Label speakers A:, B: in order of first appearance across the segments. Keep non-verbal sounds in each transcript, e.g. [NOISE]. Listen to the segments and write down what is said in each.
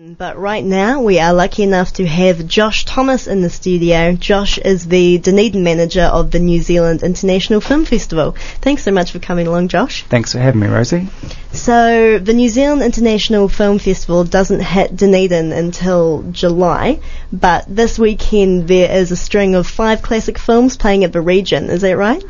A: Mm, But right now, we are lucky enough to have Josh Thomas in the studio. Josh is the Dunedin manager of the New Zealand International Film Festival. Thanks so much for coming along, Josh.
B: Thanks for having me, Rosie.
A: So, the New Zealand International Film Festival doesn't hit Dunedin until July, but this weekend there is a string of five classic films playing at the region, is that right?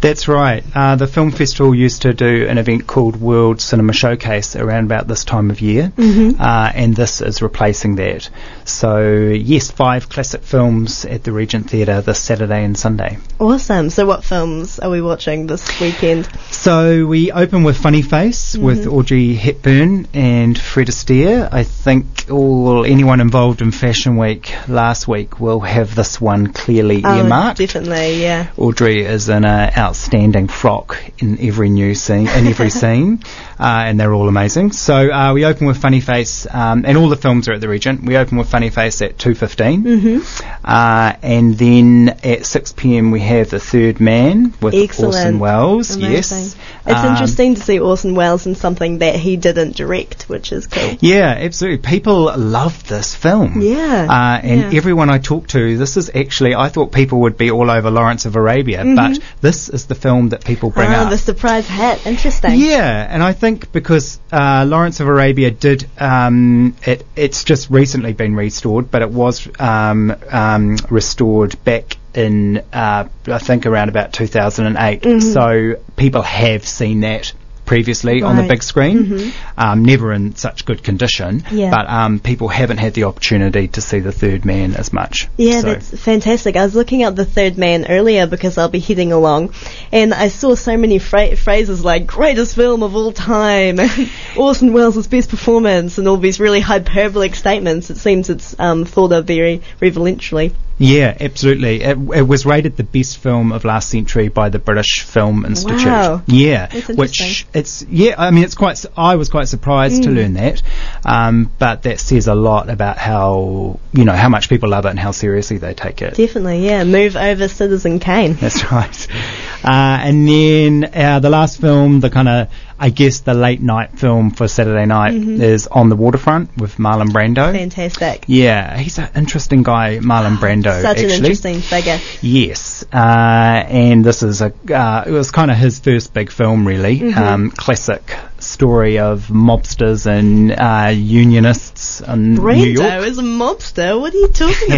B: That's right. Uh, the film festival used to do an event called World Cinema Showcase around about this time of year, mm-hmm. uh, and this is replacing that. So, yes, five classic films at the Regent Theatre this Saturday and Sunday.
A: Awesome. So, what films are we watching this weekend?
B: So, we open with Funny Face mm-hmm. with Audrey Hepburn and Fred Astaire. I think all anyone involved in Fashion Week last week will have this one clearly
A: oh,
B: earmarked.
A: Definitely, yeah.
B: Audrey is in an out outstanding frock in every new scene, in
A: [LAUGHS]
B: every scene, uh, and they're all amazing. So uh, we open with Funny Face, um, and all the films are at the Regent. We open with Funny Face at two
A: Mm.
B: mm-hmm. uh, and then at six pm we have The Third Man with
A: Excellent.
B: Orson Welles.
A: Amazing.
B: Yes,
A: it's um, interesting to see Orson Welles in something that he didn't direct, which is cool.
B: Yeah, absolutely. People love this film. Uh,
A: Yeah,
B: and yeah. everyone I talk to, this is actually I thought people would be all over Lawrence of Arabia, mm-hmm. but this is the film that people bring
A: ah,
B: up.
A: the surprise hat. Interesting.
B: Yeah, and I think because uh, Lawrence of Arabia did um, it, it's just recently been restored, but it was um, um, restored back in uh, I think around about 2008. Mm-hmm. So people have seen that previously right. on the big screen, mm-hmm. um, never in such good condition.
A: Yeah.
B: But um, people haven't had the opportunity to see the Third Man as much.
A: Yeah, so. that's fantastic. I was looking up the Third Man earlier because I'll be heading along, and I saw so many fra- phrases like "greatest film of all time," [LAUGHS] "Orson Welles' best performance," and all these really hyperbolic statements. It seems it's um, thought of very reverentially.
B: Yeah, absolutely. It, it, was rated the best film of last century by the British Film Institute.
A: Wow.
B: Yeah,
A: which
B: it's yeah. I mean, it's quite. Su- I was quite surprised mm. to learn that, um, but that says a lot about how you know how much people love it and how seriously they take it.
A: Definitely, yeah. Move over, Citizen Kane.
B: That's [LAUGHS] right. Uh, and then uh, the last film, the kind of I guess the late night film for Saturday night mm-hmm. is On the Waterfront with Marlon Brando.
A: Fantastic.
B: Yeah, he's an interesting guy, Marlon Brando.
A: Ah, Such
B: actually.
A: an interesting figure.
B: Yes, uh, and this is a uh, it was kind of his first big film, really. Mm-hmm. Um, classic story of mobsters and uh, unionists in
A: Brando
B: New York.
A: is a mobster. What are you
B: [LAUGHS]
A: talking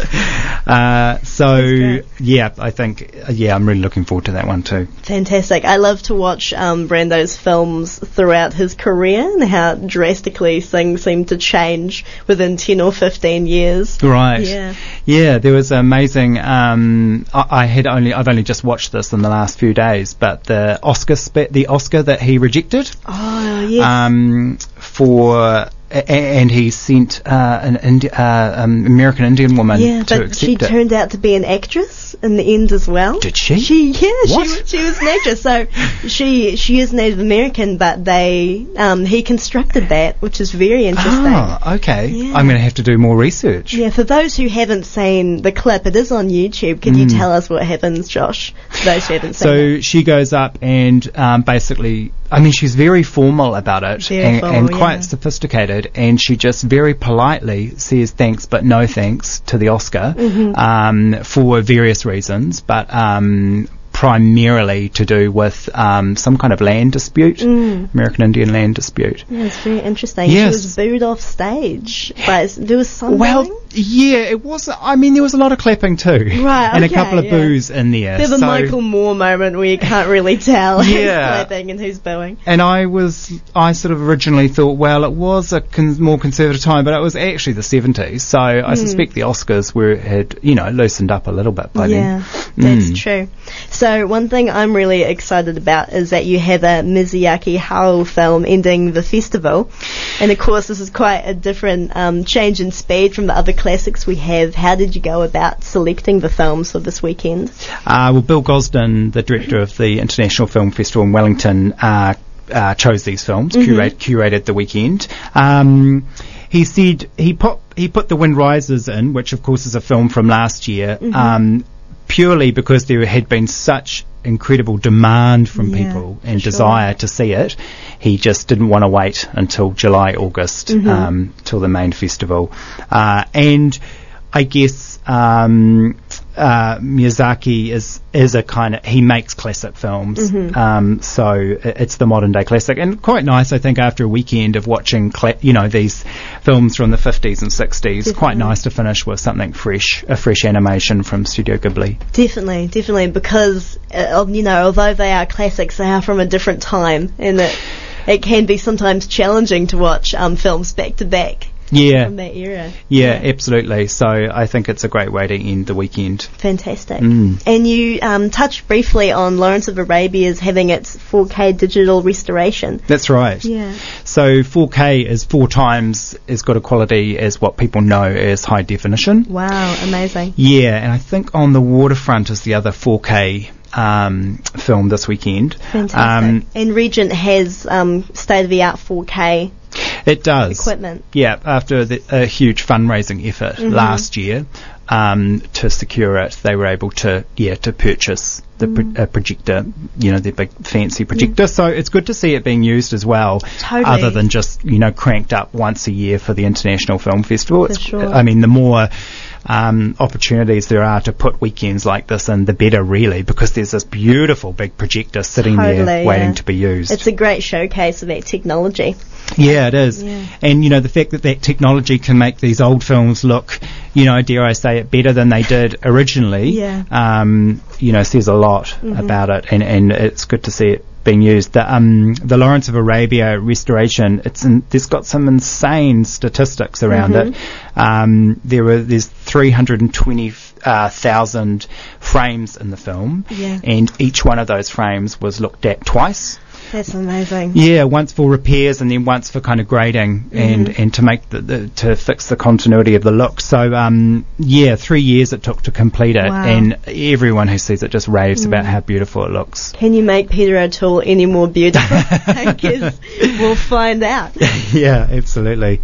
B: about? Uh, so yeah, I think yeah, I'm really looking forward to that one too.
A: Fantastic. I love to watch um, Brando's films throughout his career and how drastically things seem to change within 10 or 15 years.
B: Right.
A: Yeah.
B: Yeah, there was amazing. Um, I, I, had only, I've only just watched this in the last few days, but the Oscar, spe- the Oscar that he rejected.
A: Oh, yes.
B: Um, for and he sent uh, an Indi- uh, um, American Indian woman
A: yeah,
B: to
A: but
B: accept
A: she
B: it.
A: turned out to be an actress in the end as well.
B: Did she?
A: She yeah,
B: what?
A: she she was an actress. So she she is Native American, but they um, he constructed that, which is very interesting.
B: Ah, okay.
A: Yeah.
B: I'm going to have to do more research.
A: Yeah, for those who haven't seen the clip, it is on YouTube. Can mm. you tell us what happens, Josh? For those who haven't
B: Hmm. so
A: seen.
B: So she goes up and um, basically, I mean, she's very formal about it
A: Very
B: and,
A: formal,
B: and quite
A: yeah.
B: sophisticated, and she just very politely says thanks but no thanks to the Oscar
A: Mhm.
B: um, for various reasons, but um, primarily to do with um, some kind of land dispute,
A: Mm.
B: American Indian land dispute.
A: Yeah, it's very interesting.
B: Yes.
A: She was booed off stage, but there was something.
B: Well, yeah, it was. I mean, there was a lot of clapping too,
A: Right,
B: [LAUGHS] and
A: okay,
B: a couple of
A: yeah.
B: boos in there.
A: There's a
B: so-
A: Michael Moore moment where you can't really tell who's
B: [LAUGHS] Yeah.
A: clapping and who's booing.
B: and I was, I sort of originally thought, well, it was a con- more conservative time, but it was actually the 70s, so
A: Hmm.
B: I suspect the Oscars were had, you know, loosened up a little bit by
A: yeah,
B: then.
A: that's true. So one thing I'm really excited about is that you have a Mizuyaki Hao film ending the festival, and of course this is quite a different um, change in speed from the other classics we have. How did you go about selecting the films for this weekend?
B: Uh, well, Bill Gosden, the director of the International Film Festival in Wellington, uh, uh, chose these films,
A: Mm-hmm.
B: curate, curated the weekend. Um, he
A: Mm-hmm.
B: said he put he put The Wind Rises in, which of course is a film from last year. Um, purely because there had been such incredible demand from
A: Yeah,
B: people and
A: sure.
B: desire uh, to see it. He just didn't want to wait until July, August, um, till the main festival. Uh, and I guess um, uh, Miyazaki is is a kind of he makes classic films, um, so i- it's the modern day classic and quite nice. I think after a weekend of watching, cla- you know, these films from the 50s and 60s, quite nice to finish with something fresh, a fresh animation from Studio Ghibli.
A: Definitely, definitely, because uh, of- you know, although they are classics, they are from a different time, and it it can be sometimes challenging to watch um, films back to back
B: Yeah,
A: from that era.
B: Yeah, absolutely. So I think it's a great way to end the weekend.
A: Fantastic.
B: Mm.
A: And you um, touched briefly on Lawrence of Arabia's having its 4K digital restoration.
B: That's right.
A: Yeah.
B: So 4K is four times as good a quality as what people know as high definition.
A: Wow, amazing.
B: Yeah, and I think On the Waterfront is the other 4K um, film this weekend. Um,
A: Fantastic. and Regent has um, state of the art 4K
B: it does.
A: equipment.
B: Yeah, after the, a huge fundraising effort
A: Mm-hmm.
B: last year um, to secure it, they were able to yeah to purchase the
A: Mm-hmm.
B: pro- uh, projector, you know, their big fancy projector. So it's good to see it being used as well,
A: Totally.
B: other than just you know cranked up once a year for the International Film Festival. It's,
A: sure.
B: I mean, the more um, opportunities there are to put weekends like this in, the better, really, because there's this beautiful big projector sitting
A: Totally,
B: there waiting
A: yeah.
B: to be used.
A: It's a great showcase of that technology.
B: Yeah, it is.
A: Yeah.
B: And you know the fact that that technology can make these old films look, you know, dare I say it, better than they did originally.
A: Yeah. Mm-hmm.
B: Um, you know, says a lot about it, and and it's good to see it being used. The um the Lawrence of Arabia restoration, it's in, there's got some insane statistics around
A: Mm-hmm.
B: it. Um, there were there's 320 uh, thousand frames in the film,
A: Yeah.
B: and each one of those frames was looked at twice.
A: That's amazing.
B: Yeah, once for repairs and then once for kind of grading and, and to make the, the to fix the continuity of the look. So um yeah, three years it took to complete it,
A: Wow.
B: and everyone who sees it just raves about how beautiful it looks.
A: Can you make Peter O'Toole any more
B: [LAUGHS]
A: beautiful? I guess we'll find out.
B: yeah, absolutely.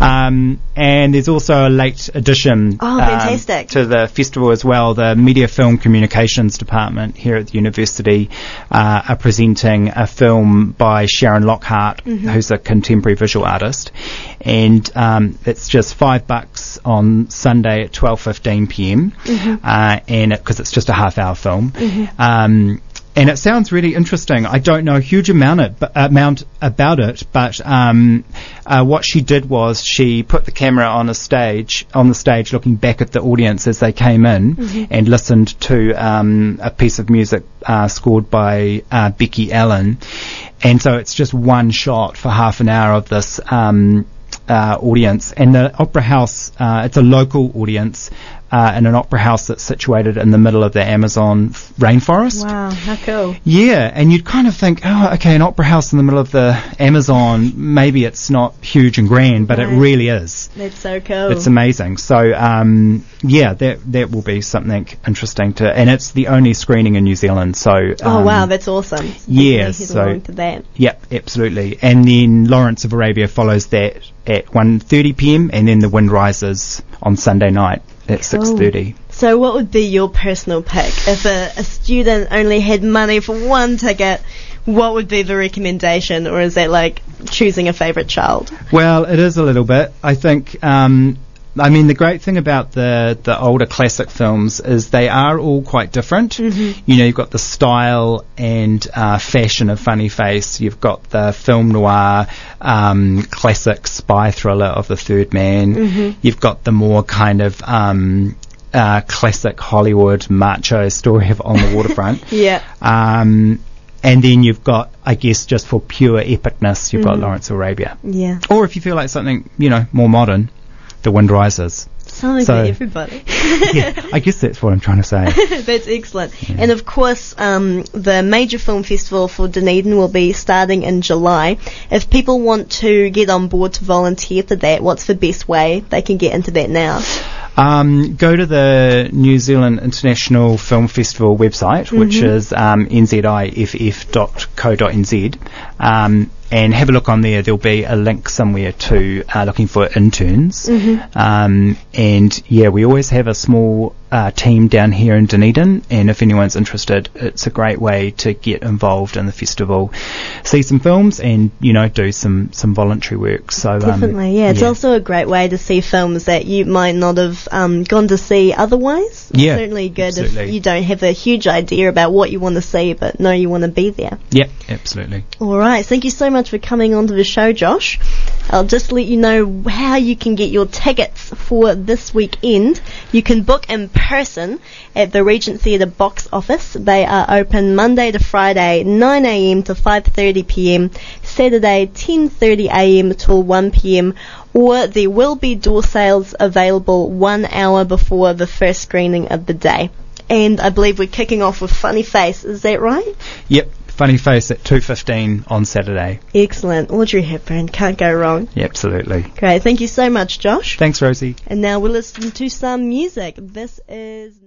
B: Um, and there's also a late addition
A: Oh,
B: um,
A: fantastic.
B: to the festival as well. The Media Film Communications Department here at the university uh, are presenting a film by Sharon Lockhart,
A: Mm-hmm.
B: who's a contemporary visual artist, and um, it's just five bucks on Sunday at 12:15 p.m.
A: Mm-hmm.
B: Uh, and because it's just a half-hour film. Um, and it sounds really interesting. I don't know a huge amount it, but, amount about it, but um, uh, what she did was she put the camera on a stage, on the stage, looking back at the audience as they came in, and listened to um, a piece of music uh, scored by uh, Becky Allen, and so it's just one shot for half an hour of this. Um, uh, audience and the opera house uh, it's a local audience uh, in an opera house that's situated in the middle of the amazon f- rainforest
A: Wow, how cool.
B: yeah, and you'd kind of think, oh, okay, an opera house in the middle of the Amazon, maybe it's not huge and grand, but it
A: Right. Oh.
B: really is.
A: That's so cool.
B: It's amazing. So, um, yeah, that that will be something interesting to, and it's the only screening in New Zealand. So,
A: oh,
B: um,
A: wow, that's awesome. Definitely
B: yeah,
A: head
B: so-
A: along to that.
B: Yep, absolutely. And then Lawrence of Arabia follows that at 1:30 p.m. and then The Wind Rises on Sunday night at
A: Oh.
B: 6:30.
A: So, what would be your personal pick if a, a student only had money for one ticket? What would be the recommendation, or is that like choosing a favorite child?
B: Well, it is a little bit. I think. Um, I mean, the great thing about the the older classic films is they are all quite different. You know, you've got the style and uh, fashion of Funny Face. You've got the film noir, um, classic spy thriller of The Third Man. You've got the more kind of um, uh, classic Hollywood macho story of On the Waterfront.
A: Yeah,
B: Um, and then you've got, I guess, just for pure epicness, you've got Lawrence of Arabia.
A: yeah,
B: Or if you feel like something, you know, more modern, The Wind Rises.
A: something
B: So-
A: for everybody. [LAUGHS]
B: I guess that's what I'm trying to say.
A: That's excellent. And of course, um, the major film festival for Dunedin will be starting in July. If people want to get on board to volunteer for that, what's the best way they can get into that now?
B: Um, go to the New Zealand International Film Festival website, which is um, nziff.co.nz, um, and have a look on there. There'll be a link somewhere
A: Mm-hmm.
B: Mm-hmm. to uh, looking for interns. Um, and yeah, we always have a small uh, team down here in Dunedin, and if anyone's interested, it's a great way to get involved in the festival, see some films, and you know do some some voluntary work. So
A: Definitely,
B: um,
A: yeah. It's also a great way to see films that you might not have um, gone to see otherwise. It's
B: Yeah,
A: certainly good
B: absolutely.
A: if you don't have a huge idea about what you want to see, but know you want to be there.
B: yeah, absolutely.
A: All right, thank you so much for coming onto the show, Josh. I'll just let you know how you can get your tickets for this weekend. You can book in person at the Regent Theatre box office. They are open Monday to Friday, 9am to 5.30pm, Saturday, 10.30am till 1pm, or there will be door sales available one hour before the first screening of the day. And I believe we're kicking off with Funny Face, is that right?
B: Yep, funny face at two fifteen on Saturday.
A: Excellent. Audrey Hepburn. Can't go wrong.
B: Yeah, absolutely.
A: Great. Thank you so much, Josh.
B: Thanks, Rosie.
A: And now we'll listen to some music. This is.